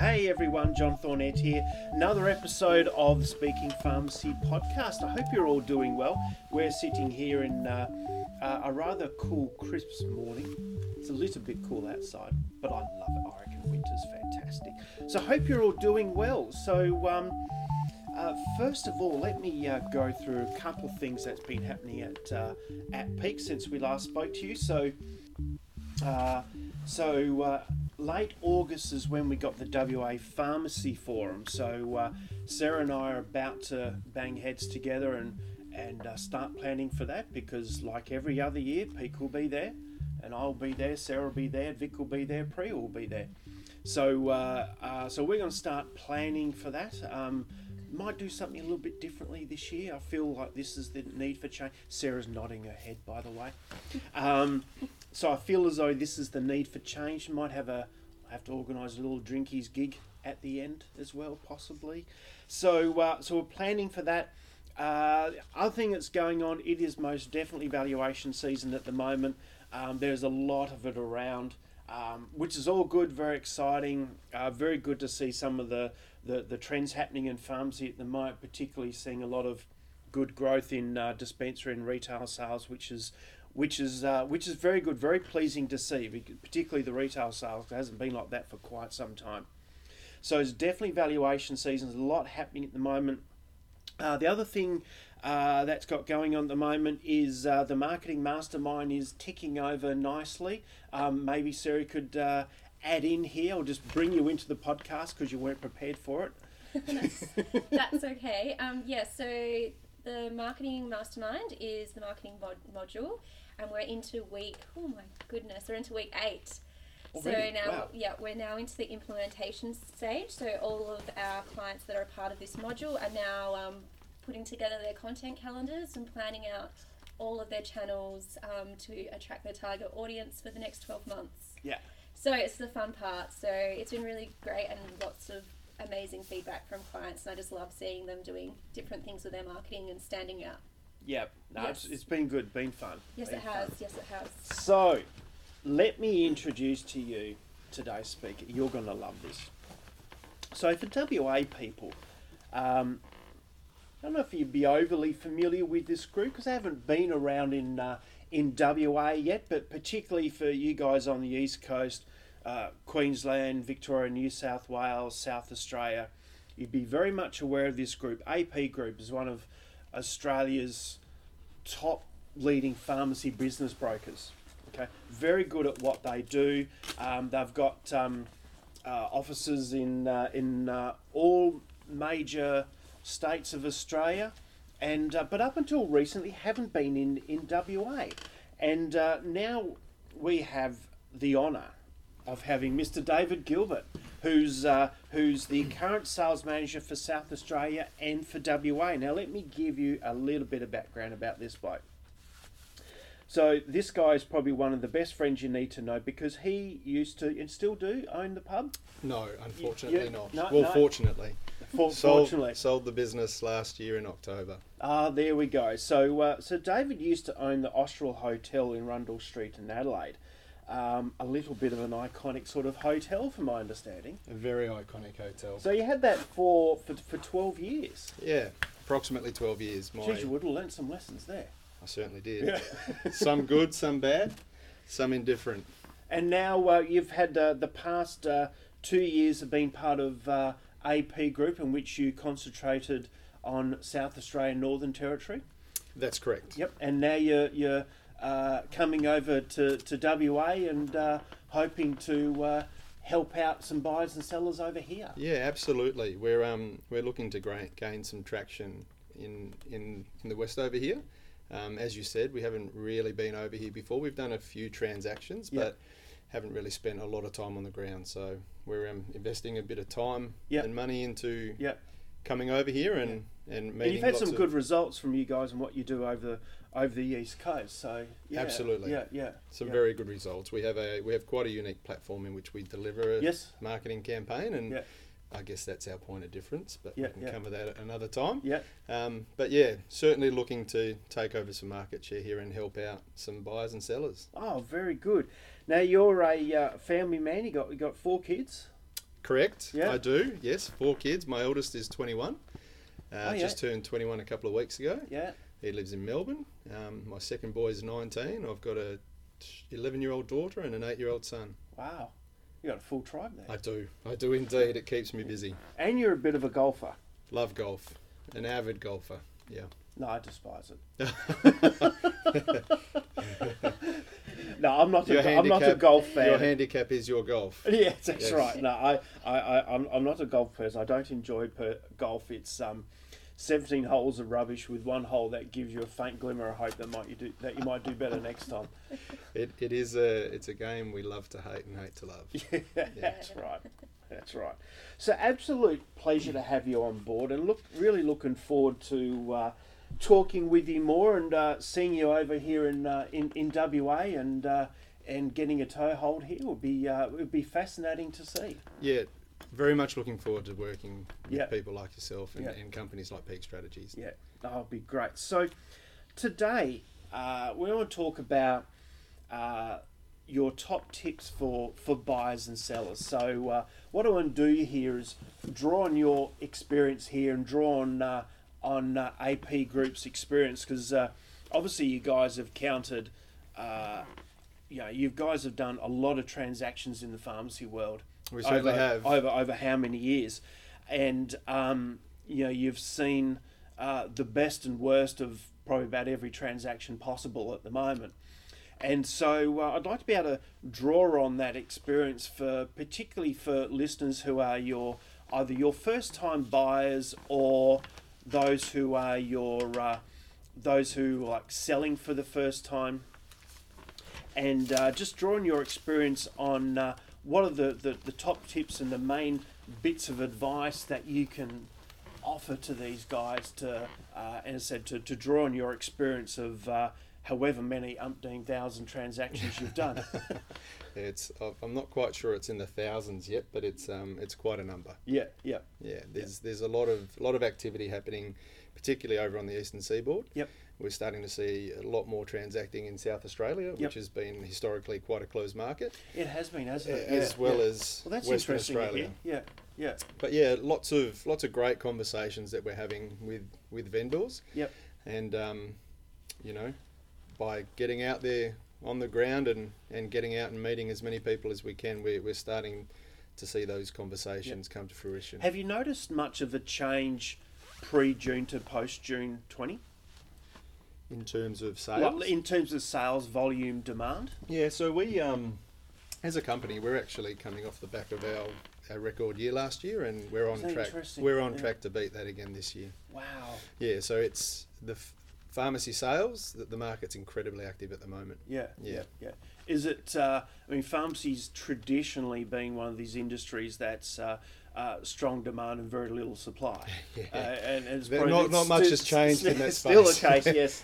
Hey everyone, John Thornett here. Another episode of the Speaking Pharmacy podcast. I hope you're all doing well. We're sitting here in uh, uh, a rather cool, crisp morning. It's a little bit cool outside, but I love it. I reckon winter's fantastic. So, hope you're all doing well. So, um, uh, first of all, let me uh, go through a couple of things that's been happening at uh, at Peak since we last spoke to you. So, uh, so uh, late August is when we got the WA Pharmacy Forum. So uh, Sarah and I are about to bang heads together and and uh, start planning for that because, like every other year, Peak will be there, and I'll be there, Sarah will be there, Vic will be there, Priya will be there. So uh, uh, so we're going to start planning for that. Um, might do something a little bit differently this year. I feel like this is the need for change. Sarah's nodding her head, by the way. Um, so I feel as though this is the need for change. Might have a I have to organise a little drinkies gig at the end as well, possibly. So uh, so we're planning for that. Uh, other thing that's going on, it is most definitely valuation season at the moment. Um, there's a lot of it around, um, which is all good, very exciting. Uh, very good to see some of the, the, the trends happening in pharmacy at the moment, particularly seeing a lot of good growth in uh, dispensary and retail sales, which is which is uh, which is very good, very pleasing to see. bec- Particularly the retail sales it hasn't been like that for quite some time. So it's definitely valuation season. There's a lot happening at the moment. Uh, the other thing uh, that's got going on at the moment is uh, the marketing mastermind is ticking over nicely. Um, maybe Sarah could uh, add in here or just bring you into the podcast because you weren't prepared for it. That's okay. Um, yeah, so the marketing mastermind is the marketing mod- module, and we're into week. Oh my goodness, we're into week eight. Already? So now, Wow. yeah, we're now into the implementation stage. So all of our clients that are a part of this module are now um, putting together their content calendars and planning out all of their channels um, to attract their target audience for the next 12 months. Yeah. So it's the fun part. So it's been really great and lots of amazing feedback from clients, and I just love seeing them doing different things with their marketing and standing out. Yeah, no, it's, Yes. it's been good, been fun. Yes, been it fun. has. Yes, it has. So, let me introduce to you today's speaker. You're going to love this. So, for WA people, um, I don't know if you'd be overly familiar with this group because they haven't been around in uh, in WA yet, but particularly for you guys on the east coast, uh, Queensland, Victoria, New South Wales, South Australia, you'd be very much aware of this group. AP Group is one of Australia's top leading pharmacy business brokers. Okay, very good at what they do. Um, they've got um, uh, offices in uh, in uh, all major states of Australia, and uh, but up until recently haven't been in in WA, and uh, now we have the honour of having Mr. David Gilbert, who's uh, who's the current sales manager for South Australia and for WA. Now, let me give you a little bit of background about this bloke. So this guy is probably one of the best friends you need to know because he used to and still do own the pub. No, unfortunately you- not. no, well, no. fortunately. For, Sold, fortunately, sold the business last year in October. Ah, there we go. So, uh, so David used to own the Austral Hotel in Rundle Street in Adelaide. Um, a little bit of an iconic sort of hotel, from my understanding. A very iconic hotel. So you had that for for, for twelve years. yeah, approximately 12 years. My, Geez, you would have learnt some lessons there. I certainly did. some good, some bad, some indifferent. And now uh, you've had uh, the past uh, two years have been part of uh, AP Group, in which you concentrated on South Australia, and Northern Territory. That's correct. Yep. And now you're you're uh, coming over to, to WA and uh, hoping to uh, help out some buyers and sellers over here. Yeah, absolutely. We're um, we're looking to gra- gain some traction in in in the west over here. Um, as you said, we haven't really been over here before. We've done a few transactions, Yeah. but haven't really spent a lot of time on the ground. So we're um, investing a bit of time Yeah. and money into Yep. coming over here and and meeting. And you've had lots some of- good results from you guys and what you do over the over the east coast. So yeah, Absolutely. Yeah. Yeah. some yeah. very good results. We have a we have quite a unique platform in which we deliver a Yes. marketing campaign, and Yeah. I guess that's our point of difference. But Yeah, we can yeah. cover that at another time. Yeah. Um, but yeah, certainly looking to take over some market share here and help out some buyers and sellers. Oh, very good. Now you're a uh, family man. You got you got four kids. Correct. Yeah. I do. Yes, four kids. My eldest is 21. Uh, Oh, yeah. Just turned 21 a couple of weeks ago. Yeah. He lives in Melbourne. Um, my second boy is 19. I've got a 11 year old daughter and an 8 year old son. Wow. You got a full tribe there. I do. I do indeed. It keeps me busy. And you're a bit of a golfer. Love golf. An avid golfer. Yeah. No, I despise it. no, I'm not. Your A, I'm not a handicap- golf Your fan. handicap is your golf. Yeah, that's Yes. right. No, I, I, I, I'm, I'm not a golf person. I don't enjoy per- golf. It's um, 17 holes of rubbish with one hole that gives you a faint glimmer of hope that might you do that you might do better next time. It, it is a it's a game we love to hate and hate to love. that's right. That's right. So, absolute pleasure to have you on board, and look, really looking forward to uh, talking with you more and uh, seeing you over here in uh, in, in WA and. Uh, and getting a toehold here would be uh, would be fascinating to see. Yeah, very much looking forward to working with Yeah. people like yourself and, Yeah. and companies like Peak Strategies. Yeah, that'll Oh, be great. So today uh, we want to talk about uh, your top tips for for buyers and sellers. So uh, what I want to do here is draw on your experience here and draw on uh, on uh, AP Group's experience because uh, obviously you guys have counted. Uh, you know, you guys have done a lot of transactions in the pharmacy world. We over, certainly have. over over how many years, and um, you know you've seen uh, the best and worst of probably about every transaction possible at the moment, and so uh, I'd like to be able to draw on that experience for particularly for listeners who are your either your first time buyers or those who are your uh, those who like selling for the first time and uh, just drawing your experience on uh, what are the, the, the top tips and the main bits of advice that you can offer to these guys to, uh, as I said, to, to draw on your experience of uh, however many umpteen thousand transactions you've done. It's I- I'm not quite sure it's in the thousands yet, but it's um it's quite a number. yeah, yeah, Yeah, there's there's a lot of lot of activity happening, particularly over on the eastern seaboard. Yep. We're starting to see a lot more transacting in South Australia, which has been historically quite a closed market, it has been, hasn't it? as Yeah, well yeah. as well, that's Western interesting. to Australia. hear. Yeah, yeah, But yeah, lots of lots of great conversations that we're having with with vendors. Yep. And um, you know, by getting out there on the ground and and getting out and meeting as many people as we can, we're we're starting to see those conversations come to fruition. Have you noticed much of a change pre June to post June 20? in terms of sales, Like, In terms of sales volume demand? Yeah, so we, um, as a company, we're actually coming off the back of our, our record year last year, and we're on Isn't that track. interesting? We're on Yeah. track to beat that again this year. Wow. Yeah, so it's the f- pharmacy sales that the market's incredibly active at the moment. Yeah. Yeah. Yeah. Is it? Uh, I mean, pharmacy's traditionally been one of these industries that's uh, uh, strong demand and very little supply. Yeah. Uh, and, and it's But probably not- not much sti- has changed sti- in that Still the space. case, yes.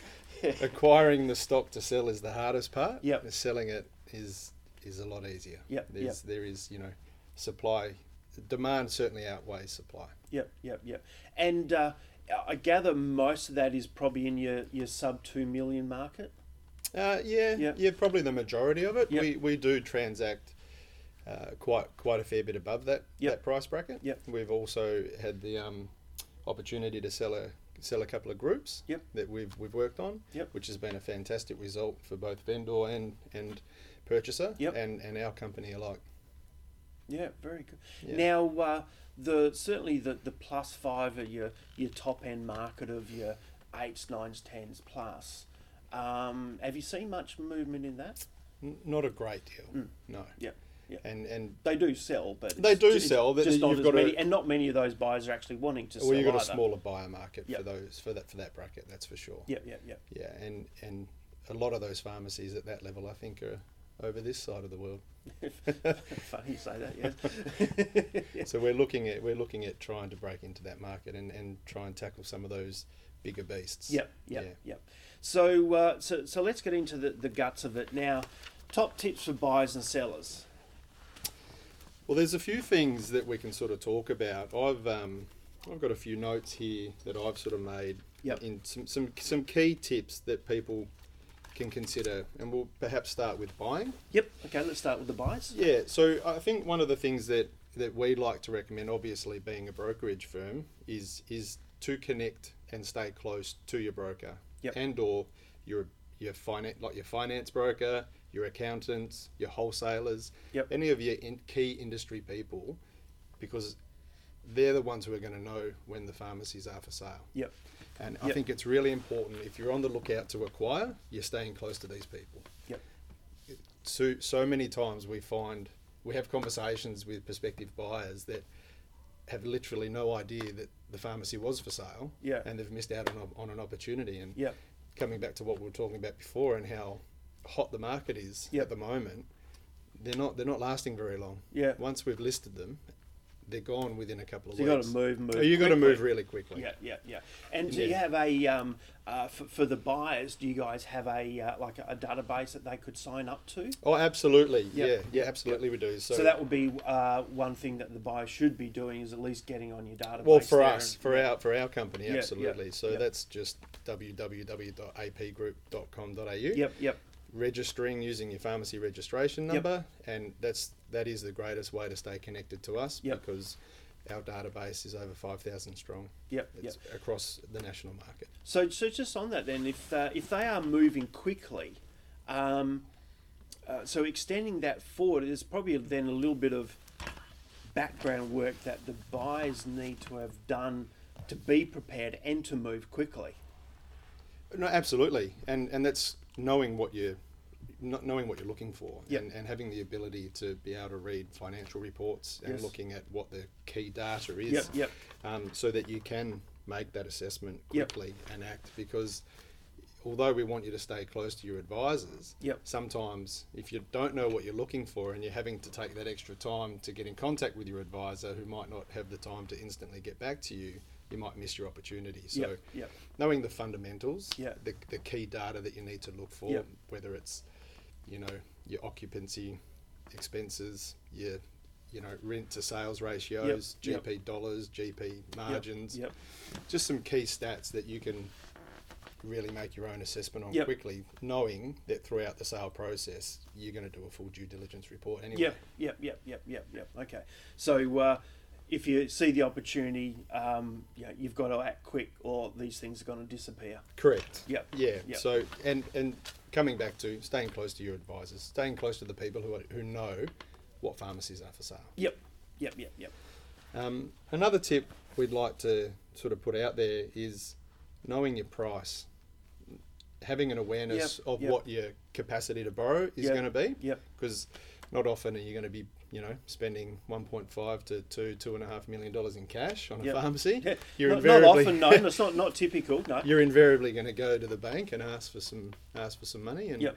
Acquiring the stock to sell is the hardest part. Yep. Selling it is is a lot easier. Yep, There's, There is you know, supply, demand certainly outweighs supply. Yep, yep, yep. And uh, I gather most of that is probably in your, your sub two million market. Uh, yeah, Yeah. yeah, probably the majority of it. Yep. We we do transact uh, quite quite a fair bit above that Yep. that price bracket. Yep. We've also had the um, opportunity to sell a sell a couple of groups Yep. that we've we've worked on, Yep. which has been a fantastic result for both vendor and and purchaser Yep. and and our company alike. Yeah, very good. Yeah. Now, uh, the certainly the, the plus five are your your top end market of your eights, nines, tens plus. Um, have you seen much movement in that? N- not a great deal, no. Mm. Yep, yep. And and They do sell, but They it's do ju- it's sell, but Just then not you've as got many, to- and not many of those buyers are actually wanting to sell. well, you've got a either. smaller buyer market for Yep. those for that for that bracket. That's for sure. Yep, yep, yep. Yeah, and and a lot of those pharmacies at that level, I think, are over this side of the world. Funny you say that. Yes. So we're looking at we're looking at trying to break into that market and, and try and tackle some of those bigger beasts. Yep, yep, yep. So, uh, so, so let's get into the, the guts of it now. Top tips for buyers and sellers. Well, there's a few things that we can sort of talk about. I've um, I've got a few notes here that I've sort of made. Yep. In some some some key tips that people can consider, and we'll perhaps start with buying. Yep. Okay, let's start with the buyers. Yeah, so I think one of the things that that we like to recommend, obviously being a brokerage firm, is is to connect and stay close to your broker Yep. and or your your finance like your finance broker, your accountants, your wholesalers, Yep. any of your in- key industry people, because they're the ones who are going to know when the pharmacies are for sale. Yep. And I Yep. think it's really important if you're on the lookout to acquire, you're staying close to these people. Yep. So so many times we find we have conversations with prospective buyers that have literally no idea that the pharmacy was for sale. Yeah. And they've missed out on, a- on an opportunity. And Yep. coming back to what we were talking about before and how hot the market is Yep. at the moment, they're not they're not lasting very long. Yeah. Once we've listed them, they're gone within a couple of So you weeks. got to move, move. So Oh, you got to quickly. move really quickly. Yeah, yeah, yeah. And do you Yeah. have a um, uh, for, for the buyers? Do you guys have a uh, like a, database that they could sign up to? Oh, absolutely. Yep. Yeah, yeah, absolutely. We do. So, So, that would be uh, one thing that the buyer should be doing is at least getting on your database. well for there us, and- for our for our company, Yeah, yeah, absolutely. So yeah. that's just www.apgroup.com.au. Yep, yep, Registering using your pharmacy registration Yep. number, and that's that is the greatest way to stay connected to us Yep. because our database is over five thousand strong. yep, yep. It's across the national market. So, so just on that then, if uh, if they are moving quickly, um, uh, so extending that forward is probably then a little bit of background work that the buyers need to have done to be prepared and to move quickly. No, absolutely, and and that's knowing what you, not knowing what you're looking for, Yep. and, and having the ability to be able to read financial reports and Yes. looking at what the key data is, Yep, yep. Um, so that you can make that assessment Yep. quickly and act because. Although we want you to stay close to your advisors, Yep. sometimes if you don't know what you're looking for and you're having to take that extra time to get in contact with your advisor who might not have the time to instantly get back to you, you might miss your opportunity. So Yep, yep. knowing the fundamentals, Yeah. the, the key data that you need to look for, Yeah. whether it's, you know, your occupancy expenses, your, you know, rent to sales ratios, yep. GP dollars, GP Yep, margins, Yep. just some key stats that you can really make your own assessment on Yep. quickly, knowing that throughout the sale process, you're going to do a full due diligence report anyway. Yep, yep, yep, yep, yep, yep. Okay. So uh, if you see the opportunity, um, yeah, you've got to act quick or these things are going to disappear. Correct. Yep. Yeah. Yep. So and and coming back to staying close to your advisors, staying close to the people who are, who know what pharmacies are for sale. Yep, yep, yep, yep. Um, another tip we'd like to sort of put out there is knowing your price, having an awareness Yep, of yep. what your capacity to borrow is Yep, going to be. yep. Because not often are you going to be, you know, spending 1.5 to two, two and a half million dollars in cash on a Yep. pharmacy. not, not often known. It's not, not typical. No. you're invariably going to go to the bank and ask for some ask for some money and Yep.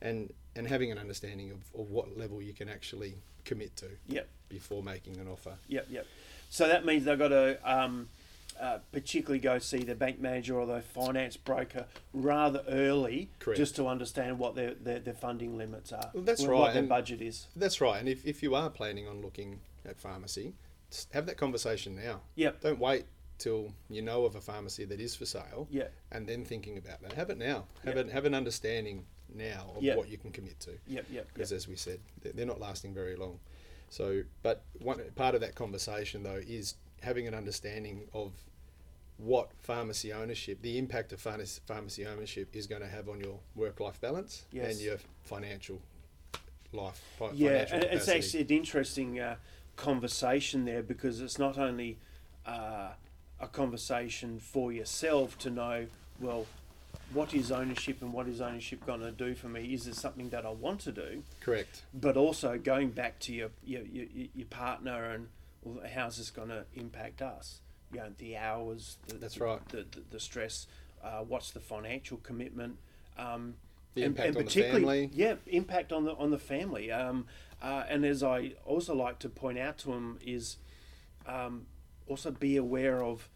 and and having an understanding of, of what level you can actually commit to Yep. before making an offer. Yep, yep. So that means they've got to um, uh, particularly go see the bank manager or the finance broker rather early, Correct. just to understand what their, their, their funding limits are. Well, that's wh- right, What their and- budget is. That's right. And if, if you are planning on looking at pharmacy, s- have that conversation now. Yep. Don't wait till you know of a pharmacy that is for sale Yeah. and then thinking about that. Have it now. Have Yep. an have an understanding now of Yep. what you can commit to. Yep, yep, yep. because as we said, they- they're not lasting very long. So, but one part of that conversation though is having an understanding of what pharmacy ownership, the impact of pharmacy, pharmacy ownership is going to have on your work-life balance Yes. and your financial life. fi- Yeah, financial and it's capacity. actually an interesting uh, conversation there because it's not only uh, a conversation for yourself to know, well, what is ownership and what is ownership going to do for me? Is this something that I want to do? correct. But also going back to your your, your, your partner and well, how's this going to impact us? You know, the hours, the, That's right. the, the, the stress, uh, what's the financial commitment? Um, The impact on the family. yeah, impact on the on the family. Um, uh, and as I also like to point out to them is, um, also be aware of,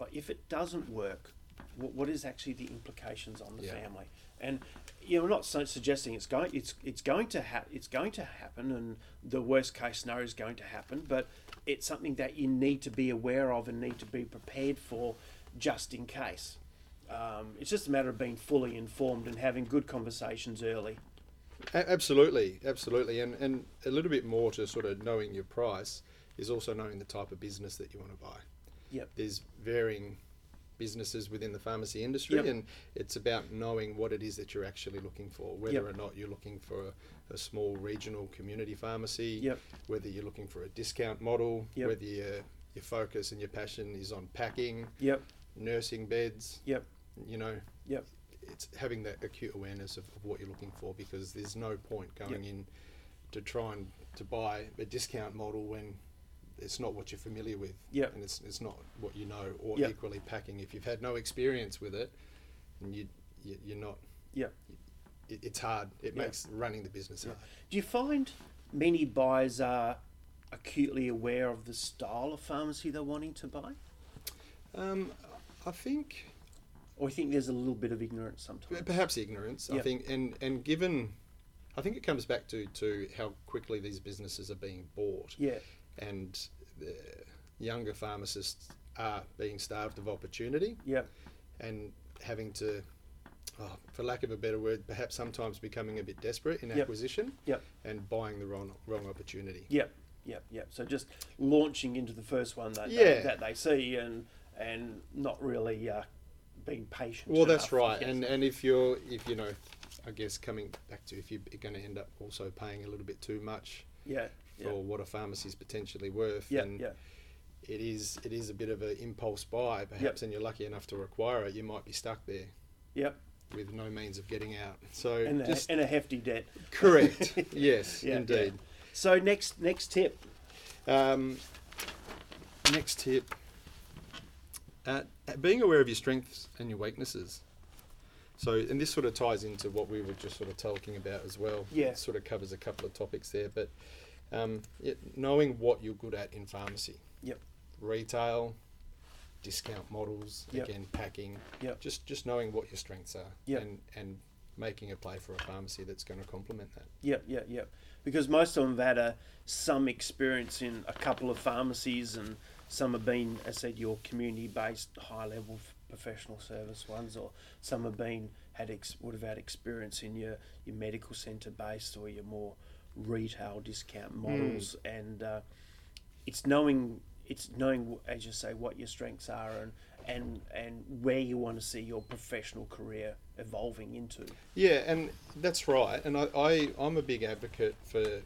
like, if it doesn't work, what, what is actually the implications on the Yeah. family? And you know, I'm not so suggesting it's going it's it's going to ha- it's going to happen, and the worst case scenario is going to happen. But it's something that you need to be aware of and need to be prepared for, just in case. Um, it's just a matter of being fully informed and having good conversations early. A- absolutely, absolutely, and and a little bit more to sort of knowing your price is also knowing the type of business that you want to buy. Yep. There's varying businesses within the pharmacy industry, Yep. and it's about knowing what it is that you're actually looking for, whether Yep. or not you're looking for a, a small regional community pharmacy, Yep. whether you're looking for a discount model, Yep. whether your your focus and your passion is on packing, Yep. nursing beds. Yep. You know. Yep. It's having that acute awareness of, of what you're looking for because there's no point going in to try and to buy a discount model when it's not what you're familiar with. Yep. And it's it's not what you know or Yep. equally packing if you've had no experience with it and you, you you're not Yep. it, it's hard. It Yeah. makes running the business hard. Do you find many buyers are acutely aware of the style of pharmacy they're wanting to buy? Um, I think uh, Or you think there's a little bit of ignorance sometimes? perhaps ignorance. Yeah. I think, and and given, I think it comes back to to how quickly these businesses are being bought, Yeah, and the younger pharmacists are being starved of opportunity yeah, and having to. Oh, for lack of a better word, perhaps sometimes becoming a bit desperate in Yep. acquisition Yep. and buying the wrong wrong opportunity. yeah, yeah, yeah. So just launching into the first one that, Yeah. they, that they see and and not really uh, being patient. Well, that's enough. right, Yes. and and if you're if you know, I guess coming back to if you're going to end up also paying a little bit too much yeah, for what a pharmacy's potentially worth, yeah, and yeah, it is it is a bit of an impulse buy perhaps and you're lucky enough to acquire it you might be stuck there yeah, with no means of getting out so and a, just and a hefty debt. correct yes Yeah, yeah. indeed So next next tip. Um, next tip uh, being aware of your strengths and your weaknesses so and this sort of ties into what we were just sort of talking about as well Yeah. it sort of covers a couple of topics there but um, yeah, knowing what you're good at in pharmacy Yep. retail discount models Yep. again packing Yep. just just knowing what your strengths are Yep. and and making a play for a pharmacy that's going to complement that Yep, yep, yep. Because most of them have had a, some experience in a couple of pharmacies, and some have been, as I said, your community-based high-level f- professional service ones, or some have been had ex, would have had experience in your your medical centre-based or your more retail discount models, and uh, it's knowing it's knowing as you say what your strengths are and and and where you want to see your professional career evolving into. Yeah, and that's right. And I, I, I'm a big advocate for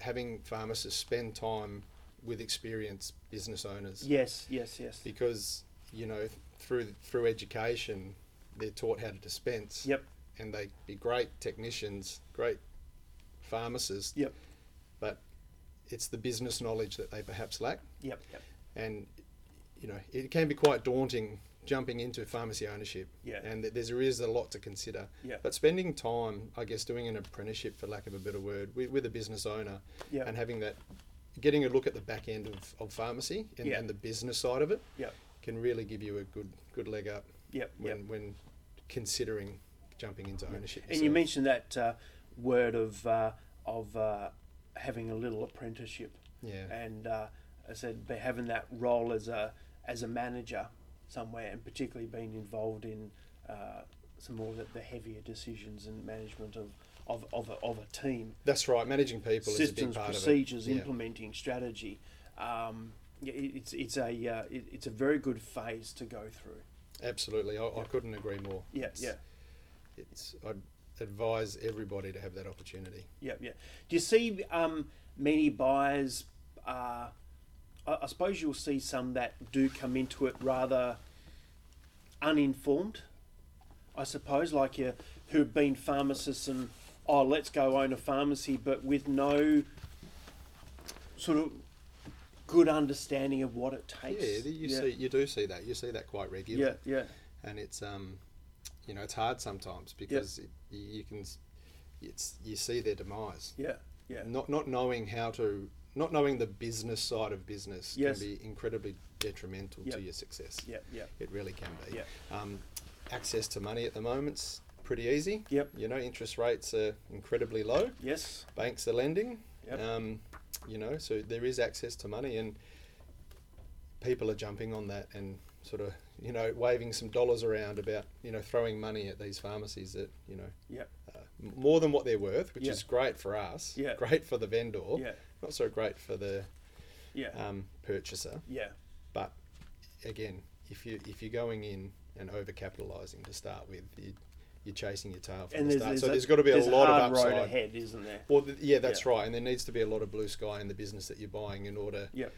having pharmacists spend time with experienced business owners Yes, yes, yes. because, you know, through through education, they're taught how to dispense. Yep. And they be great technicians, great pharmacists. Yep. But it's the business knowledge that they perhaps lack. Yep, yep. And, you know, it can be quite daunting jumping into pharmacy ownership. Yeah. And th- there's, there is a lot to consider. Yeah. But spending time, I guess, doing an apprenticeship, for lack of a better word, with, with a business owner Yeah. and having that, getting a look at the back end of, of pharmacy and, Yeah. and the business side of it Yep. can really give you a good good leg up Yep. when, yep. when considering jumping into ownership. And you yourself. mentioned that uh, word of uh, of uh, having a little apprenticeship, Yeah. and uh, I said be having that role as a as a manager somewhere, and particularly being involved in uh, some more of the, the heavier decisions and management of of, of, a, of a team. That's right. Managing people is a big systems, part procedures, of it. Yeah. implementing strategy. Um, yeah, it- it's it's a uh, it, it's a very good phase to go through. Absolutely. I, I Yeah. couldn't agree more. Yeah, It's- yeah. it's I'd advise everybody to have that opportunity. Yep, yeah. Do you see um, many buyers? Uh, I, I suppose you'll see some that do come into it rather uninformed. I suppose, like you, who've been pharmacists and oh, let's go own a pharmacy, but with no sort of good understanding of what it Yeah, takes. you see, you do see that. You see that quite regularly, Yeah, yeah, and it's um, you know, it's hard sometimes because it, you can, s- it's you see their demise. yeah, yeah, Not not knowing how to, not knowing the business side of business Yes. can be incredibly detrimental Yep. to your success. yeah, yeah, It really can be. Yeah. Um, access to money at the moment's pretty easy. Yep. You know, interest rates are incredibly low. yes, banks are lending. Yep. Um, you know, so there is access to money, and people are jumping on that and sort of you know waving some dollars around about you know throwing money at these pharmacies that you know Yep. more than what they're worth, which Yeah. is great for us, Yeah. great for the vendor, Yeah. not so great for the Yeah. um, purchaser. yeah. But again, if you if you're going in and overcapitalizing to start with, you, you're chasing your tail from And the there's, start. there's so there's got to be a there's lot hard of upside. road ahead, isn't there? Well, th- yeah, that's Yeah. right, and there needs to be a lot of blue sky in the business that you're buying in order Yeah.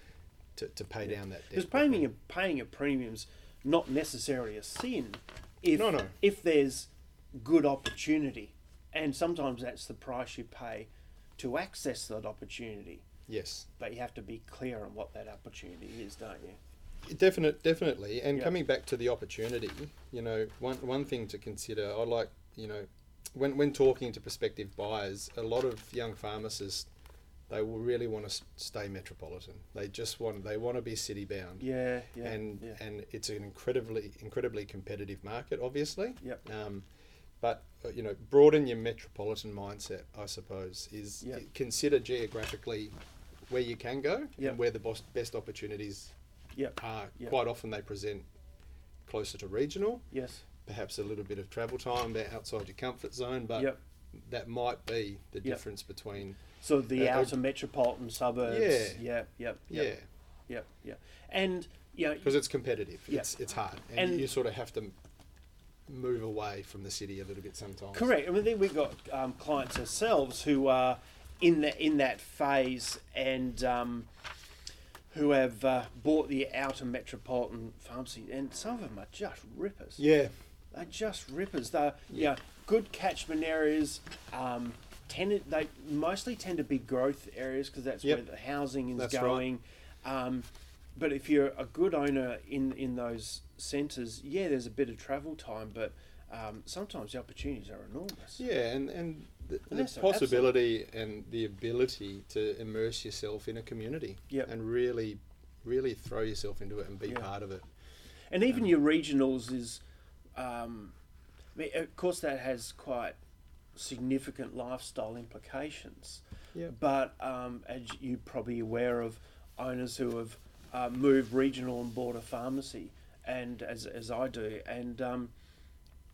to, to pay down that debt. Because paying a, paying a premium's not necessarily a sin if, No, no. if there's good opportunity. And sometimes that's the price you pay to access that opportunity. yes, But you have to be clear on what that opportunity is, don't you? definite, definitely. And Yeah. coming back to the opportunity, you know, one one thing to consider, I like, you know, when when talking to prospective buyers, a lot of young pharmacists, they will really want to stay metropolitan. They just want they want to be city bound. Yeah, yeah. and yeah. and it's an incredibly incredibly competitive market, obviously. Yep. Um, but uh, you know, broaden your metropolitan mindset. I suppose is Yep. consider geographically where you can go Yep. and where the bos- best opportunities Yep. are. Yep. Quite often they present closer to regional, Yes. perhaps a little bit of travel time, they're outside your comfort zone, but Yep. that might be the Yep. difference between So the Uh, uh, outer metropolitan suburbs. Yeah. Yeah. Yep. yeah. Yep. Yep. Yep. And yeah. because it's competitive. Yeah. It's it's hard, and, And- you sort of have to m- move away from the city a little bit sometimes. Correct. I mean, then we've got um, clients ourselves who are in the in that phase and um, who have uh, bought the outer metropolitan pharmacy, and some of them are just rippers. Yeah, They're just rippers. They're yeah, Yeah. good catchment areas. Um, tend they mostly tend to be growth areas because that's Yep. where the housing is That's right. going. Um, but if you're a good owner in in those centres, yeah, there's a bit of travel time, but um, sometimes the opportunities are enormous. yeah, and and the, the that's a- possibility and the ability to immerse yourself in a community Yep. and really, really throw yourself into it and be Yeah. part of it. And even your regionals is, um, I mean, of course, that has quite significant lifestyle implications. Yep. But um, as you're probably aware of, owners who have uh, moved regional and bought a pharmacy, and as, as I do, and um,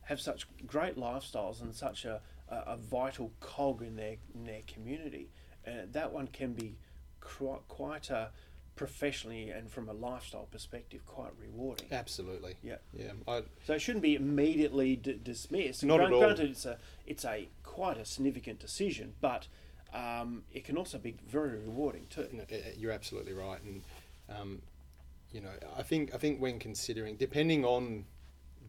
have such great lifestyles and such a, a, a vital cog in their in their community. Uh, that one can be quite, quite a professionally and from a lifestyle perspective quite rewarding. Absolutely. Yeah. Yeah. I, So it shouldn't be immediately d- dismissed. And Not at grant- all. Granted, it's a it's a quite a significant decision, but um, it can also be very rewarding too. No, uh, uh, you're absolutely right, and um, you know, I think I think when considering, depending on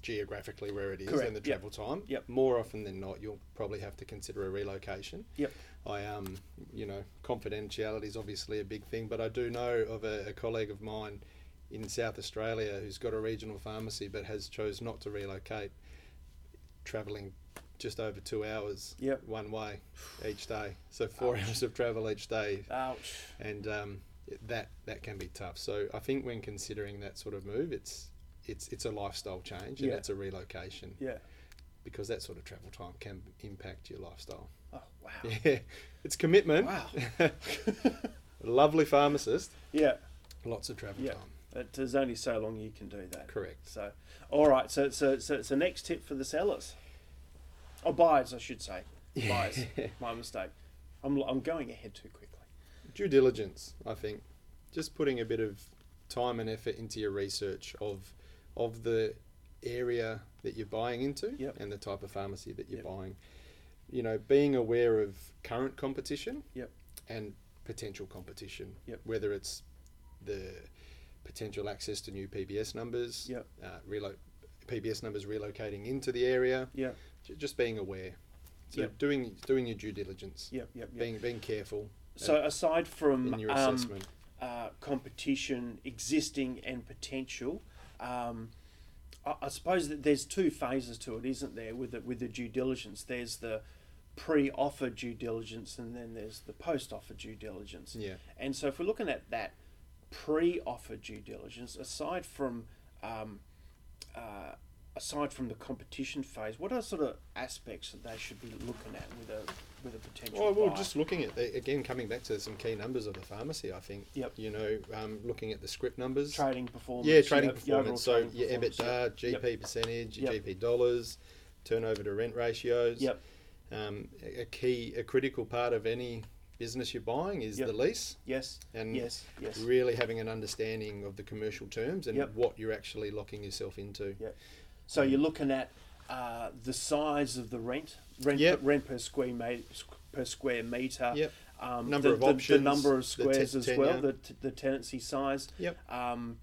geographically where it is Correct, and the yep, travel time, yep. more often than not, you'll probably have to consider a relocation. Yep. I um, you know, confidentiality is obviously a big thing, but I do know of a, a colleague of mine in South Australia who's got a regional pharmacy but has chose not to relocate, travelling just over two hours Yep. one way each day. So four hours of travel each day Ouch. and um, that that can be tough. So I think when considering that sort of move, it's it's it's a lifestyle change and Yeah. it's a relocation Yeah. because that sort of travel time can impact your lifestyle. Oh wow. Yeah, it's commitment. Wow. Lovely pharmacist, Yeah. lots of travel Yeah. time. It, there's only so long you can do that. Correct. So, all right. So so so, so next tip for the sellers, or buyers, I should say. Buyers. My mistake. I'm I'm going ahead too quickly. Due diligence, I think, just putting a bit of time and effort into your research of of the area that you're buying into Yep. and the type of pharmacy that you're Yep. buying. You know, being aware of current competition Yep. and potential competition, Yep. whether it's the potential access to new PBS numbers, Yep. uh, relo- PBS numbers relocating into the area, Yeah. ju- just being aware. So Yep. doing doing your due diligence, Yep. Yep. Yep. being being careful so aside from in your um, assessment. uh, competition existing and potential. Um, I, I suppose that there's two phases to it, isn't there? With the, with the due diligence, there's the pre-offer due diligence, and then there's the post-offer due diligence. Yeah. And so, if we're looking at that pre-offer due diligence, aside from um, uh, aside from the competition phase, what are sort of aspects that they should be looking at with a with a potential? Well, well, buyer? just looking at the, again coming back to some key numbers of the pharmacy, I think. Yep. You know, um, looking at the script numbers. trading performance. yeah, trading the overall performance. So trading your performance, EBITDA, yeah. GP percentage, your Yep. GP dollars, turnover to rent ratios. Yep. um, a a key, a critical part of any business you're buying is Yep. the lease Yes. and Yes. Yes. really having an understanding of the commercial terms and Yep. what you're actually locking yourself into. So you're looking at uh, the size of the rent, rent, Yep. rent per square me- per square meter, Yep. um, Number the, of the, options, the number of the squares te- as well, tenure. the, t- the tenancy size, Yep. um,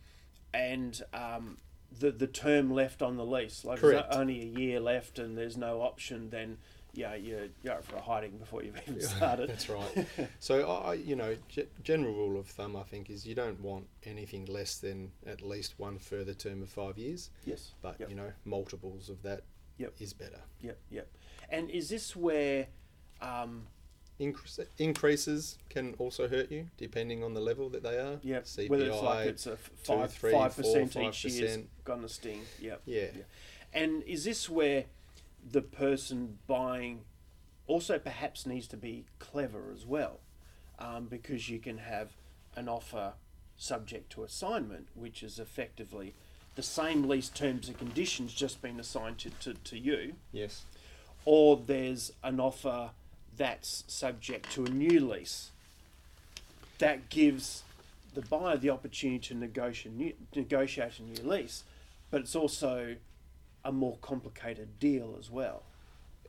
and um, the the term left on the lease. Like if Correct. there's only a year left, and there's no option. Then yeah, you're you're out for a hiding before you've even started. That's right. so I, I- you know, g- general rule of thumb I think is you don't want anything less than at least one further term of five years, yes. but Yep. you know, multiples of that is Yep. better. Yep. Yep. And is this where? Um, Incre- increases can also hurt you depending on the level that they are. yeah, CPI. whether it's like it's a f- five three, five four, percent five each year's percent. gonna sting. Yep. yeah. Yeah. And is this where the person buying also perhaps needs to be clever as well? Um, because you can have an offer subject to assignment, which is effectively the same lease terms and conditions just being assigned to, to, to you, Yes. or there's an offer that's subject to a new lease. That gives the buyer the opportunity to negotiate new, negotiate a new lease, but it's also a more complicated deal as well.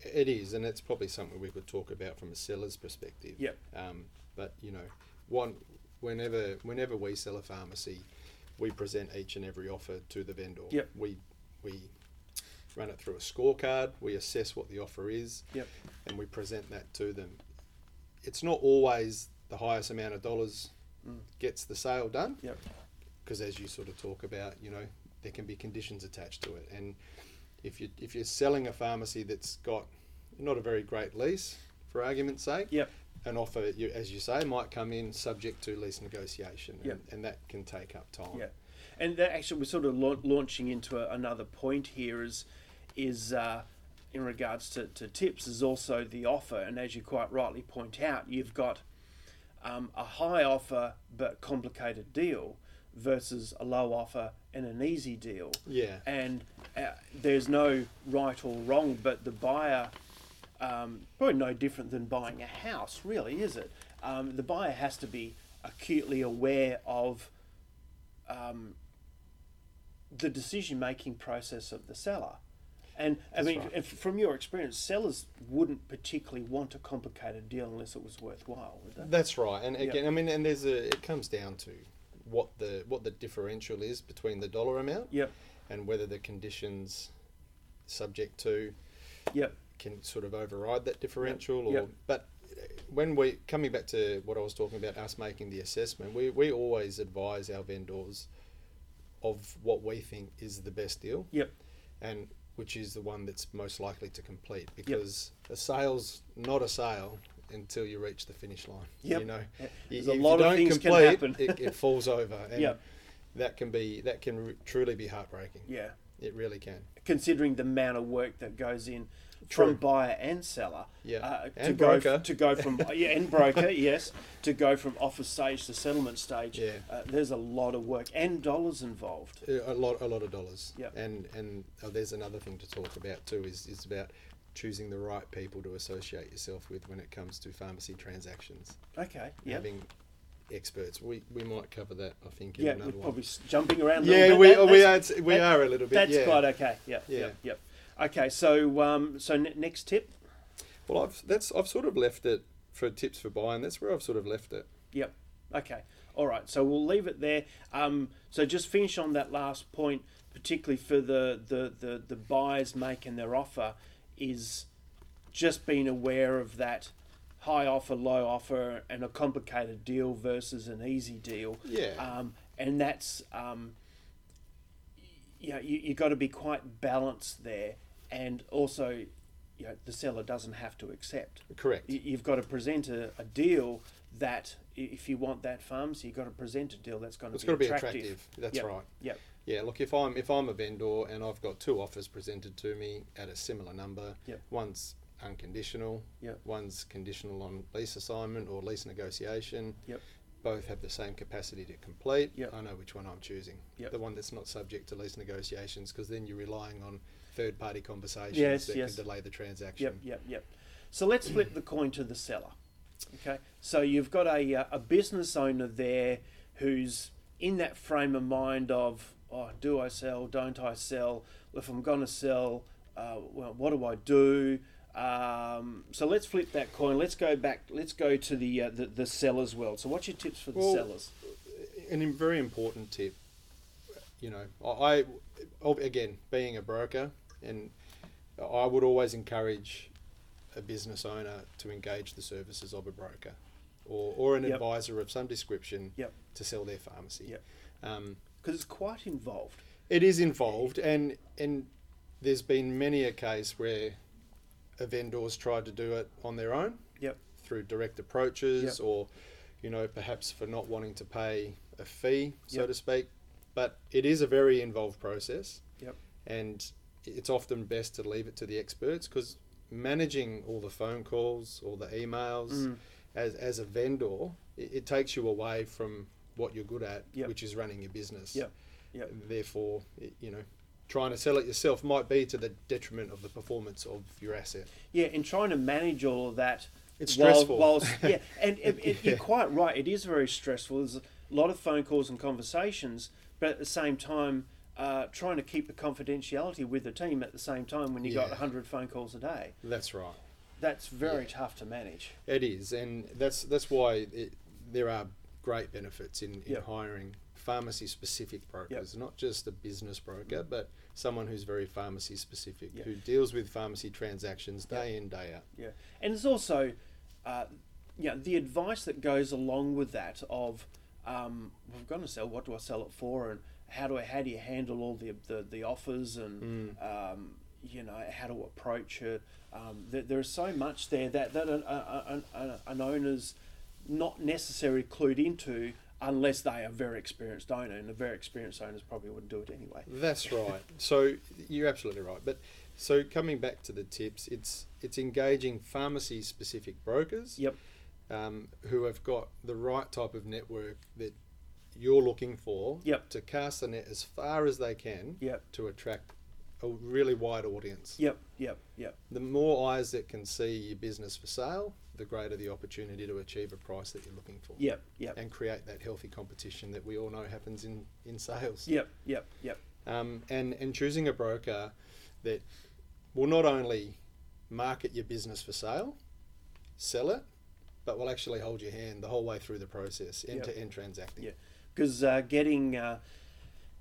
It is, and it's probably something we could talk about from a seller's perspective. Yep. Um, but you know, one whenever whenever we sell a pharmacy, we present each and every offer to the vendor. Yep. We we run it through a scorecard. We assess what the offer is. Yep. And we present that to them. It's not always the highest amount of dollars gets the sale done. Mm. Yep. Because as you sort of talk about, you know, there can be conditions attached to it, and if you if you're selling a pharmacy that's got not a very great lease, for argument's sake, Yep. an offer you, as you say might come in subject to lease negotiation, Yep. and, and that can take up time. Yeah, and that actually we're sort of lau- launching into a, another point here is is uh, in regards to, to tips is also the offer, and as you quite rightly point out, you've got um, a high offer but complicated deal versus a low offer and an easy deal Yeah. and uh, there's no right or wrong, but the buyer, um, probably no different than buying a house, really, is it? Um, the buyer has to be acutely aware of um, the decision making process of the seller. And I That's mean, right. if, from your experience, sellers wouldn't particularly want a complicated deal unless it was worthwhile, would they? That's right, and Yep. again, I mean, and there's a it comes down to what the what the differential is between the dollar amount Yep, and whether the conditions subject to yep, can sort of override that differential or Yep. but uh, when we coming back to what I was talking about us making the assessment we, we always advise our vendors of what we think is the best deal yep, and which is the one that's most likely to complete because a sale's not a sale until you reach the finish line Yep. you know Yeah. If There's a you lot of don't things can complete, happen. it, it falls over and Yep. that can be that can re- truly be heartbreaking yeah. it really can considering the amount of work that goes in True. from buyer and seller. Yeah. Uh, to And go broker. to go from yeah, and broker, yes, to go from offer stage to settlement stage. Yeah. Uh, there's a lot of work and dollars involved. a lot a lot of dollars Yep. and and oh, there's another thing to talk about too is is about choosing the right people to associate yourself with when it comes to pharmacy transactions Okay. Yeah. having experts we we might cover that i think in yeah, we're another one probably s- jumping around. A little yeah bit. we, That- we are that's- we that- are a little bit That's yeah. quite okay. Yeah. Yeah. Yep. Yep. Okay. So um, so ne- next tip. well i've that's i've sort of left it for tips for buying that's where i've sort of left it Yep. Okay. All right. So we'll leave it there. Um, so just finish on that last point, particularly for the, the, the, the buyers making their offer, is just being aware of that high offer, low offer, and a complicated deal versus an easy deal. Yeah. Um, and that's, um, you know, you, you got to be quite balanced there. And also, you know, the seller doesn't have to accept correct y- you've got to present a, a deal that i- if you want that pharmacy, you've got to present a deal that's going to it's be got to be attractive. attractive that's Yep. right Yep. Yeah, look, if I'm if I'm a vendor and I've got two offers presented to me at a similar number, Yep. one's unconditional, Yep. one's conditional on lease assignment or lease negotiation. Yep. Both have the same capacity to complete. Yep. I know which one I'm choosing. Yep. The one that's not subject to lease negotiations, because then you're relying on third party conversations Yes, that yes. can delay the transaction. Yep. Yep. Yep. So let's flip the coin to the seller. Okay, so you've got a uh, a business owner there who's in that frame of mind of oh, do I sell? Don't I sell? If I'm gonna sell, uh, well, what do I do? Um, so let's flip that coin. Let's go back. Let's go to the uh, the, the seller's world. So what's your tips for the Well, sellers? an im- very important tip. You know, I, I again being a broker, and I would always encourage a business owner to engage the services of a broker or, or an Yep. advisor of some description Yep. to sell their pharmacy. Yep. Um, Because it's quite involved. it is involved, and and there's been many a case where a vendor's tried to do it on their own Yep. through direct approaches Yep. or you know perhaps for not wanting to pay a fee so Yep. to speak but it is a very involved process Yep. and it's often best to leave it to the experts because managing all the phone calls all the emails Mm. as, as a vendor it, it takes you away from what you're good at Yep. which is running your business Yep. Yep. therefore it, you know trying to sell it yourself might be to the detriment of the performance of your asset Yeah, and trying to manage all of that. It's while- stressful. Whilst, yeah, and it, it, Yeah. you're quite right. It is very stressful. There's a lot of phone calls and conversations, but at the same time, uh, trying to keep the confidentiality with the team at the same time when you got Yeah. got 100 phone calls a day. that's right That's very Yeah. tough to manage. It is, and that's that's why it, there are great benefits in, in Yep. hiring pharmacy specific brokers, not just a business broker, but someone who's very pharmacy specific, Mm. Yeah. who deals with pharmacy transactions day in day out. Yeah, and there's also, uh, yeah, the advice that goes along with that of, um, we're going to sell. What do I sell it for? And how do I how do you handle all the the, the offers and um, you know how to approach it? Um, there, there is so much there that that an, an, an, an owner's not necessarily clued into unless they are very experienced owner, and the very experienced owners probably wouldn't do it anyway. That's right. so you're absolutely right. But so coming back to the tips, it's it's engaging pharmacy specific brokers Yep. um, who have got the right type of network that you're looking for Yep. to cast the net as far as they can Yep. to attract a really wide audience. Yep. Yep. Yep. The more eyes that can see your business for sale, the greater the opportunity to achieve a price that you're looking for. Yep. Yep. And create that healthy competition that we all know happens in, in sales. Yep. Yep. Yep. Um, and, and choosing a broker that will not only market your business for sale, sell it, but will actually hold your hand the whole way through the process, end Yep. to end transacting. Yeah, because uh, getting uh,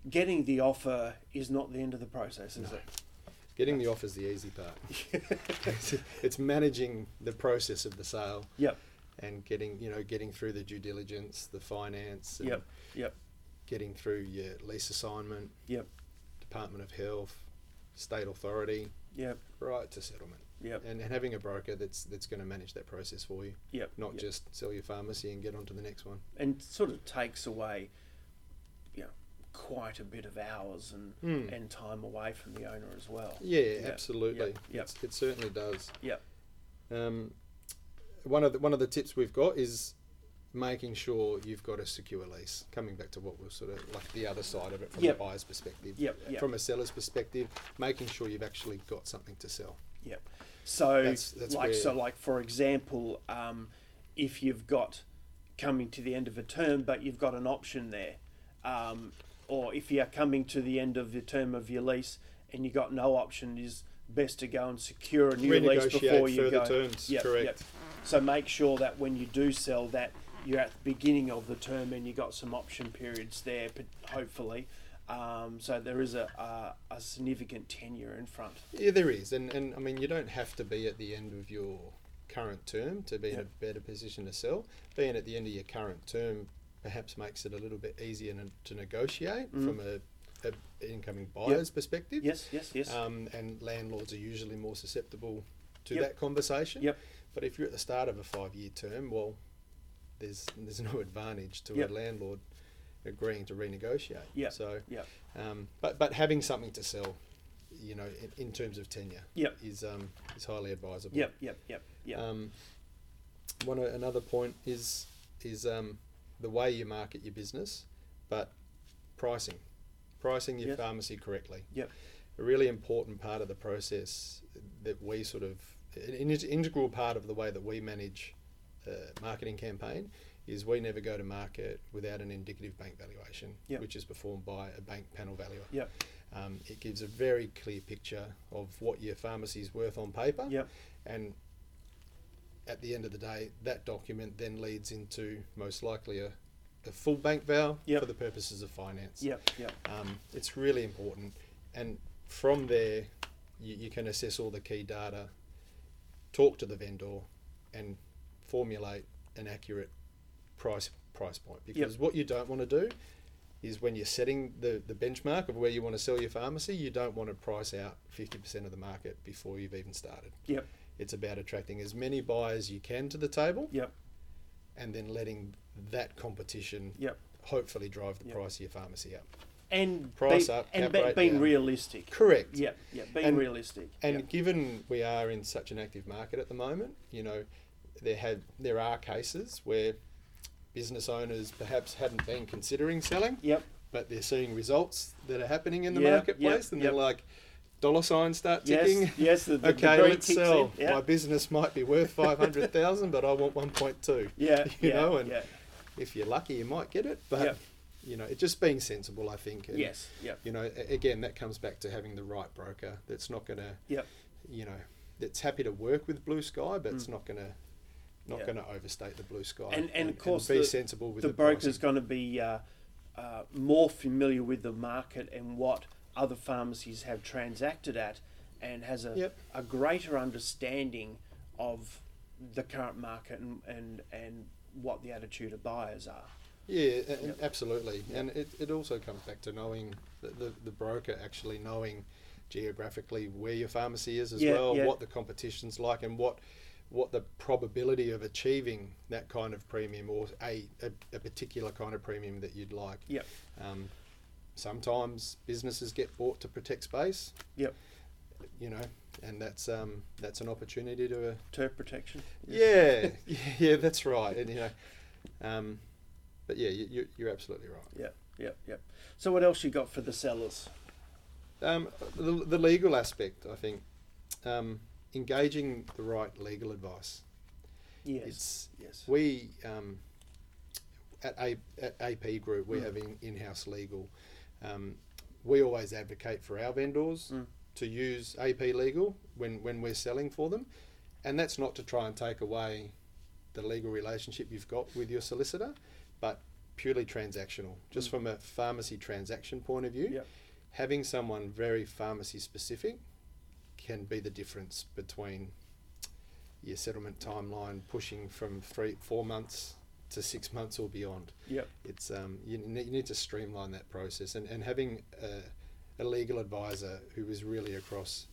getting the offer is not the end of the process, is Getting the offer is the easy part. it? it's, it's managing the process of the sale yep, and getting you know getting through the due diligence, the finance, and yep, yep, getting through your lease assignment, yep, Department of Health, state authority, yep, right to settlement, yep, and, and having a broker that's that's going to manage that process for you, yep. not yep. just sell your pharmacy and get on to the next one. and sort of takes away, you know, quite a bit of hours and Mm. and time away from the owner as well. Yeah, Yeah, absolutely. yep, yep. It's, it certainly does. Yep. Um, one of the, one of the tips we've got is making sure you've got a secure lease. Coming back to what was sort of like the other side of it from Yep. the buyer's perspective. Yep, yep. From a seller's perspective, making sure you've actually got something to sell. Yep. So That's- that's like so where- like for example, um, if you've got coming to the end of a term, but you've got an option there, um, or if you are coming to the end of the term of your lease and you got no option, it is best to go and secure a new lease Renegotiate before you further go. terms, Yep, correct. yep. So make sure that when you do sell that you're at the beginning of the term and you got some option periods there, but hopefully. Um, so there is a, a, a significant tenure in front. Yeah, there is, and and I mean, you don't have to be at the end of your current term to be in Yep. a better position to sell. Being at the end of your current term perhaps makes it a little bit easier n- to negotiate Mm. from a, a incoming buyer's perspective. Yes, yes, yes. Um, and landlords are usually more susceptible to Yep. that conversation. Yep. But if you're at the start of a five-year term, well, there's there's no advantage to Yep. a landlord agreeing to renegotiate. Yep. So Yep. um, but but having something to sell, you know, in, in terms of tenure, Yep. is um, is highly advisable. Yep, yep, yep, yep. Um, one o- another point is is um, the way you market your business, but pricing, pricing your Yes. pharmacy correctly. Yep. A really important part of the process that we sort of an in- integral part of the way that we manage the marketing campaign is we never go to market without an indicative bank valuation, Yep. which is performed by a bank panel valuer. Yep. Um, it gives a very clear picture of what your pharmacy is worth on paper. Yep. And at the end of the day, that document then leads into most likely a, a full bank val Yep. for the purposes of finance. Yep. Yep. Um, it's really important. And from there, you, you can assess all the key data, talk to the vendor, and formulate an accurate price price point. Because what you don't want to do is when you're setting the, the benchmark of where you want to sell your pharmacy, you don't want to price out 50% of the market before you've even started. Yep. It's about attracting as many buyers you can to the table Yep. and then letting that competition Yep. hopefully drive the Yep. price of your pharmacy up. And Price be- up, and cap be- rate being down. realistic. Correct. Yeah. Yeah. Being And- realistic. And Yep. given we are in such an active market at the moment, you know, there had there are cases where business owners perhaps hadn't been considering selling, Yep. but they're seeing results that are happening in the Yeah, marketplace, yeah, and yeah. they're like, dollar signs start ticking. Yes. Yes. The, the, the okay, brain let's kicks in. sell. Yeah. My business might be worth five hundred thousand, but I want one point two. yeah. you yeah, know, and yeah. if you're lucky, you might get it, but Yeah. you know, it's just being sensible, I think. and, Yes. Yep. You know, a- again, that comes back to having the right broker. That's not going to Yep. you know, that's happy to work with Blue Sky, but it's Mm. not gonna not Yeah. gonna overstate the Blue Sky. And- and of course be the- sensible with the the, broker's pricing. going to be uh, uh, more familiar with the market and what other pharmacies have transacted at and has a, Yep. a greater understanding of the current market and, and, and what the attitude of buyers are. Yeah, a- and Yep. absolutely. And it, it also comes back to knowing the, the, the broker actually knowing geographically where your pharmacy is as Yeah, well, yeah. what the competition's like, and what what the probability of achieving that kind of premium or a, a, a particular kind of premium that you'd like. Yep. Um, sometimes businesses get bought to protect space. Yep. You know, and that's um, that's an opportunity to. Uh, Turf protection. yeah, yeah, yeah, that's right. And you know, um, but yeah, you, you- you're absolutely right. Yep, yep, yep. So what else you got for the sellers? Um, the, the legal aspect, I think, um, engaging the right legal advice. Yes. It's yes. we um, at, a, at AP Group we Mm. have in, in-house legal. Um, we always advocate for our vendors Mm. to use AP Legal when when we're selling for them, and that's not to try and take away the legal relationship you've got with your solicitor, but purely transactional. Just Mm. from a pharmacy transaction point of view, Yep. having someone very pharmacy specific can be the difference between your settlement timeline pushing from three four months to six months or beyond. Yep. It's um, you, ne- you need to streamline that process and, and having a, a legal advisor who is really across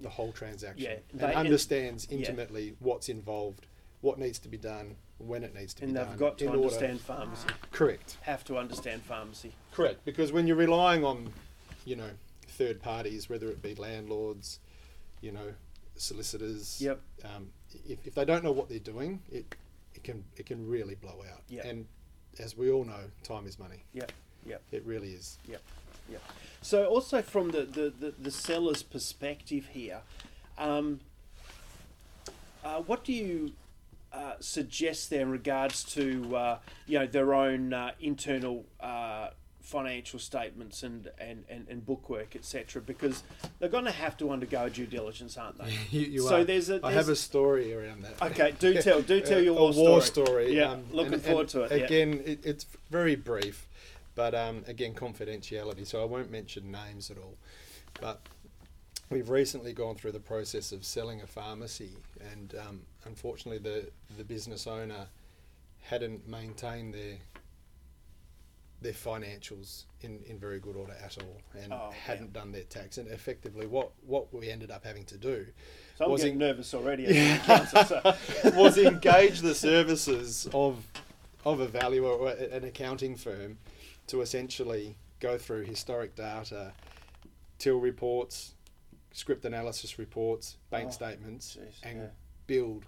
the whole transaction Yeah, and they- and- understands yeah. intimately what's involved, what needs to be done, when it needs to And be they've done. got to in order- understand pharmacy. Correct. Have to understand pharmacy. Correct, because when you're relying on, you know, third parties, whether it be landlords, you know, solicitors, Yep. um, if, if they don't know what they're doing, it, it can it can really blow out. Yeah. And as we all know, time is money. Yep, yep. It really is. Yep, yep. So also from the, the, the, the seller's perspective here, um, uh, what do you uh, suggest there in regards to uh, you know their own uh, internal uh, financial statements and, and, and, and bookwork etc. Because they're going to have to undergo due diligence, aren't they? You, you so are. there's a I have a there's- story around that. okay. Do tell, do tell a- your a war, war story. Yeah, um, looking and- forward and to it. yeah. Again, it, it's very brief, but um, again, confidentiality. So I won't mention names at all. But we've recently gone through the process of selling a pharmacy, and um, unfortunately, the the business owner hadn't maintained their their financials in, in very good order at all and Oh, yeah. hadn't done their tax and effectively what, what we ended up having to do so I'm was getting in- nervous already. as a counsel, so- was engage the services of of a valuer or a- an accounting firm to essentially go through historic data, till reports, script analysis reports, bank Oh, statements, jeez, and yeah. build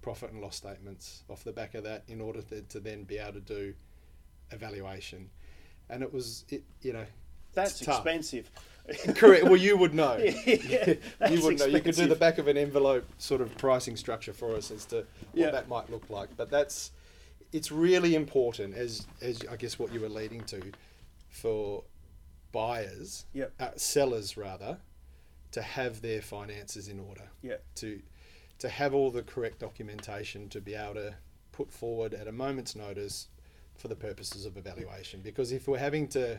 profit and loss statements off the back of that in order to, to then be able to do evaluation. And it was it you know That's It's tough. expensive. Correct. Well, you would know. Yeah, you that's would know. You could do the expensive. back of an envelope sort of pricing structure for us as to what Yeah. that might look like. But that's it's really important as as I guess what you were leading to for buyers, Yep. uh, sellers rather, to have their finances in order. Yeah. To to have all the correct documentation to be able to put forward at a moment's notice for the purposes of evaluation. Because if we're having to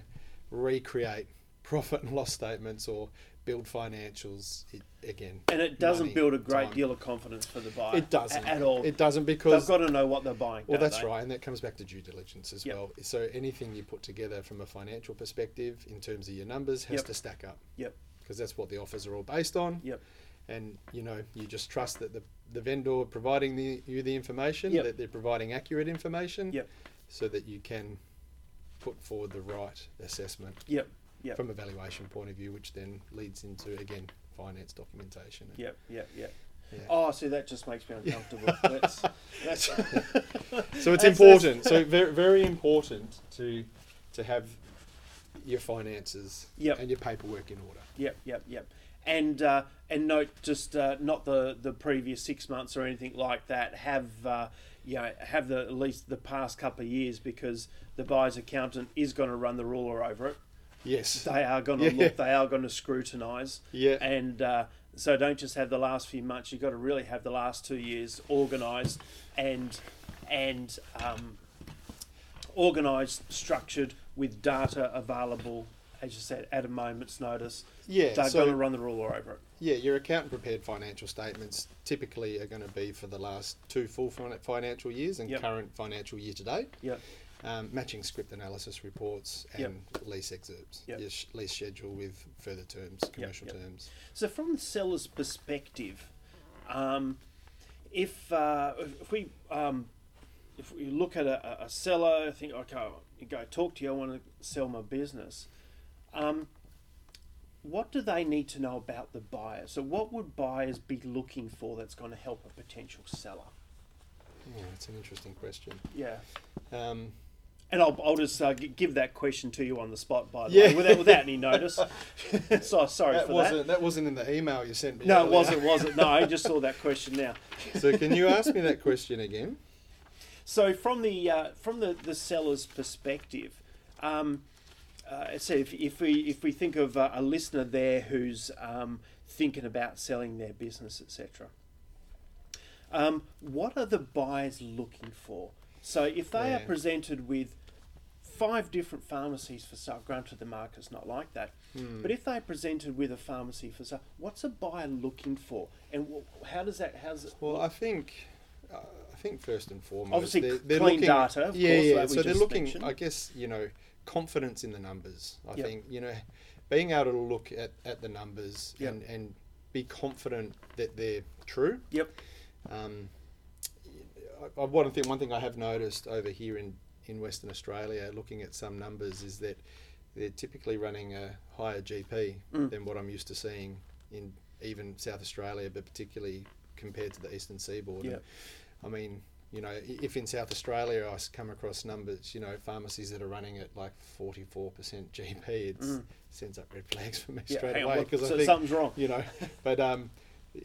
recreate profit and loss statements or build financials, it, again, And it doesn't money, build a great time. deal of confidence for the buyer. It doesn't a- at all. It doesn't They've because got to know what they're buying. well, don't that's they? right, and that comes back to due diligence as Yep. well. So anything you put together from a financial perspective in terms of your numbers has Yep. to stack up. Yep. Because that's what the offers are all based on. Yep. And you know, you just trust that the, the vendor providing the, you the information Yep. that they're providing accurate information. Yep. So that you can put forward the right assessment Yep. Yep. from a valuation point of view, which then leads into again finance documentation. and- Yep. Yep. Yep. Yeah. Oh, see, that just makes me uncomfortable. that's, that's So it's That's- important. So very, very important to to have your finances Yep. and your paperwork in order. Yep, yep, yep. And uh, and note just uh, not the the previous six months or anything like that. Have uh, you know, have the at least the past couple of years because the buyer's accountant is going to run the ruler over it. Yes. They are going to Yeah. look. They are going to scrutinise. Yeah. And uh, so don't just have the last few months. You've got to really have the last two years organised and and um, organised, structured with data available. As you said, at a moment's notice, Yeah. they're going to So run the ruler over it. yeah, your accountant prepared financial statements typically are going to be for the last two full fin- financial years and Yep. current financial year to date. Yep. Um, matching script analysis reports Yep. and lease excerpts. Yep. Your sh- lease schedule with further terms, commercial yep. terms. So, from the seller's perspective, um, if uh, if we um, if we look at a, a- a seller, I think okay, I'll go talk to you. I want to sell my business. Um, what do they need to know about the buyer? So, what would buyers be looking for that's going to help a potential seller? Yeah, it's Oh, an interesting question. Yeah. Um, And I'll, I'll just uh, gi- give that question to you on the spot, by the Yeah. way, without, without any notice. so sorry that for wasn't that. that. wasn't in the email you sent me. No, it earlier. wasn't. Wasn't. No, I just saw that question now. so can you ask me that question again? So from the uh, from the, the seller's perspective, um, uh, so if, if we if we think of uh, a listener there who's um, thinking about selling their business, etc. Um, what are the buyers looking for? So if they are Yeah. presented with five different pharmacies for sale, granted the market's not like that, Hmm. but if they're presented with a pharmacy for sale, what's a buyer looking for, and wh- how does that how's it, Well, I think, uh, I think first and foremost, Obviously, they're, c- they're clean looking, data, of yeah, course, yeah. like we so they're just looking. mentioned. I guess you know, confidence in the numbers. I Yep. think you know, being able to look at, at the numbers Yep. and and be confident that they're true. Yep. Um, I, I, one thing, one thing I have noticed over here in in Western Australia, looking at some numbers, is that they're typically running a higher GP Mm. than what I'm used to seeing in even South Australia, but particularly compared to the Eastern Seaboard. Yeah. And, I mean, you know, i- if in South Australia I s- come across numbers, you know, pharmacies that are running at like 44% GP, it Mm. sends up red flags for me Yeah, straight hang on, away what- because I so think something's wrong. you know. But um,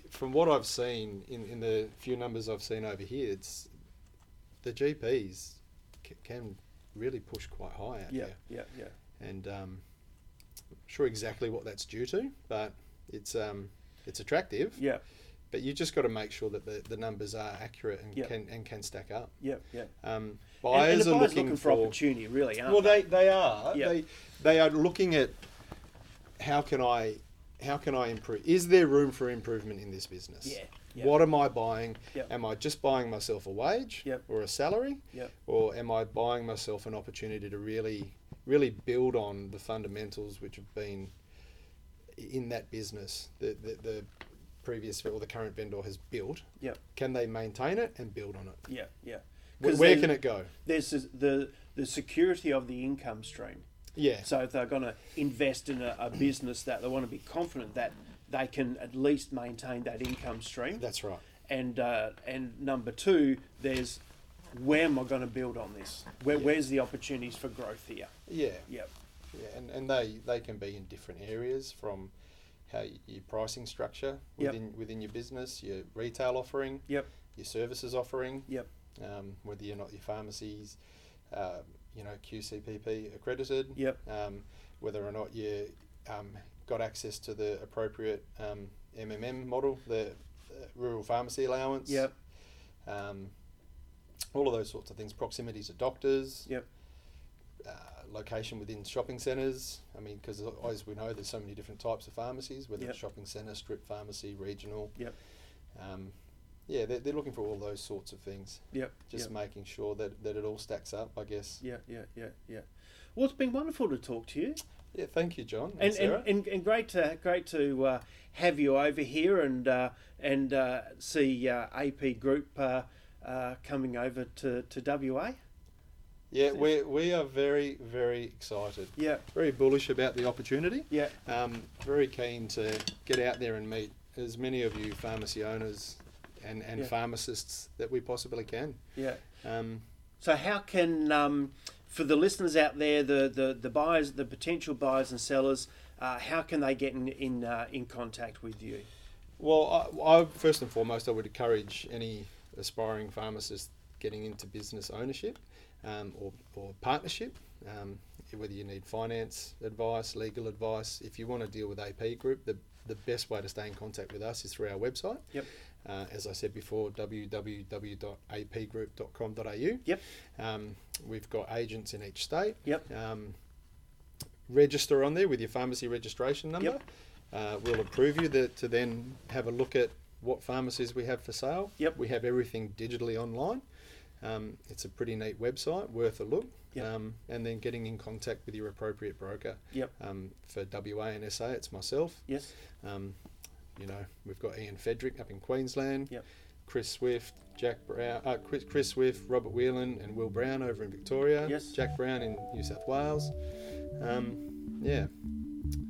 from what I've seen in, in the few numbers I've seen over here, it's the GPs c- can really push quite high out Yeah, here, yeah, yeah. and um, I'm sure exactly what that's due to, but it's um, it's attractive. Yeah, But you just got to make sure that the, the numbers are accurate and Yeah. can and can stack up. yeah, yeah. Um, And- buyers and, the are buyer's looking, for, opportunity, really, aren't well, they? they, they are. Yeah. They they are looking at how can I how can I improve? Is there room for improvement in this business? Yeah, yeah. What am I buying? Yeah. Am I just buying myself a wage Yep. or a salary? Yep. Or am I buying myself an opportunity to really really build on the fundamentals which have been in that business that the, the previous or the current vendor has built? Yep. Can they maintain it and build on it? Yeah, yeah. Where, 'Cause where then can it go? There's this- the the security of the income stream. Yeah. So if they're going to invest in a, a business that they want to be confident that they can at least maintain that income stream. That's right. and uh, and number two, there's where am I going to build on this? Where, Where's the opportunities for growth here? Yeah. Yep. Yeah, and, and they, they can be in different areas from how y- your pricing structure Yep. within within your business, your retail offering, Yep. your services offering, Yep. um, whether you're not your pharmacies, um, you know QCPP accredited, Yep. um, whether or not you um, got access to the appropriate um, MMM model, the uh, rural pharmacy allowance, Yep. um, all of those sorts of things. Proximity to doctors. Yep. Uh, location within shopping centres. I mean, because as we know, there's so many different types of pharmacies, whether it's Yep. shopping centre, strip pharmacy, regional. Yep. Um, yeah, they're, they're looking for all those sorts of things. Yep. Just yep. making sure that, that it all stacks up, I guess. Yeah, yeah, yeah, yeah. Well, it's been wonderful to talk to you, Yeah, thank you, John. And, and Sarah. and, and, and great to great to uh, have you over here and uh, and uh, see uh, AP Group uh, uh, coming over to, to WA. yeah, we, we are very, very excited. Yeah, Very bullish about the opportunity. yeah, Um, very keen to get out there and meet as many of you pharmacy owners and, and Yeah. pharmacists that we possibly can. yeah. Um, So how can um, for the listeners out there, the, the, the buyers, the potential buyers and sellers, uh, how can they get in in, uh, in contact with you? well, I, I, first and foremost, I would encourage any aspiring pharmacist getting into business ownership um, or, or partnership, um, whether you need finance advice, legal advice. If you want to deal with AP Group, the, the best way to stay in contact with us is through our website. Yep. Uh, as I said before, www.apgroup.com.au. Yep. Um, we've got agents in each state. Yep. Um, register on there with your pharmacy registration number. Yep. Uh, we'll approve you that, to then have a look at what pharmacies we have for sale. Yep. We have everything digitally online. Um, it's a pretty neat website, worth a look. Yep. Um, and then getting in contact with your appropriate broker. Yep. Um, for WA and SA, it's myself. Yes. Um, you know, we've got Ian Fedrick up in Queensland. Yep. Chris Swift, Jack Brown, uh, Chris, Chris Swift, Robert Whelan, and Will Brown over in Victoria. Yes. Jack Brown in New South Wales. Um, yeah.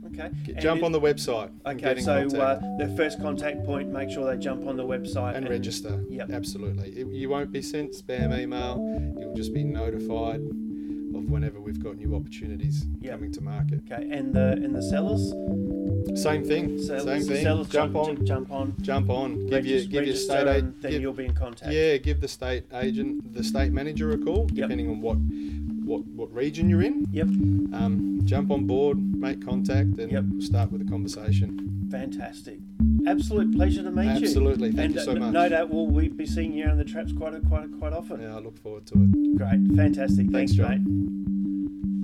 Okay. Get- And jump it- on the website. and get Okay, in so uh, contact the first contact point, make sure they jump on the website and, register. Yep. Absolutely. It- you won't be sent spam email. You'll just be notified of whenever we've got new opportunities Yep. coming to market. Okay, and the and the sellers, Same thing. sellers Same thing. sellers jump on. jump on, Jump on. Give your regis- give your register, and state aid. then give- you'll be in contact. Yeah, give the state agent, the state manager a call, Yep. depending on what, what what region you're in. Yep, Um, jump on board, make contact, and Yep. we'll start with a conversation. fantastic, absolute pleasure to meet you. Absolutely, thank and you so uh, much. no doubt we'll we be seeing you on the traps quite quite quite often. Yeah, I look forward to it. Great, fantastic. Thanks, Thanks, John. mate.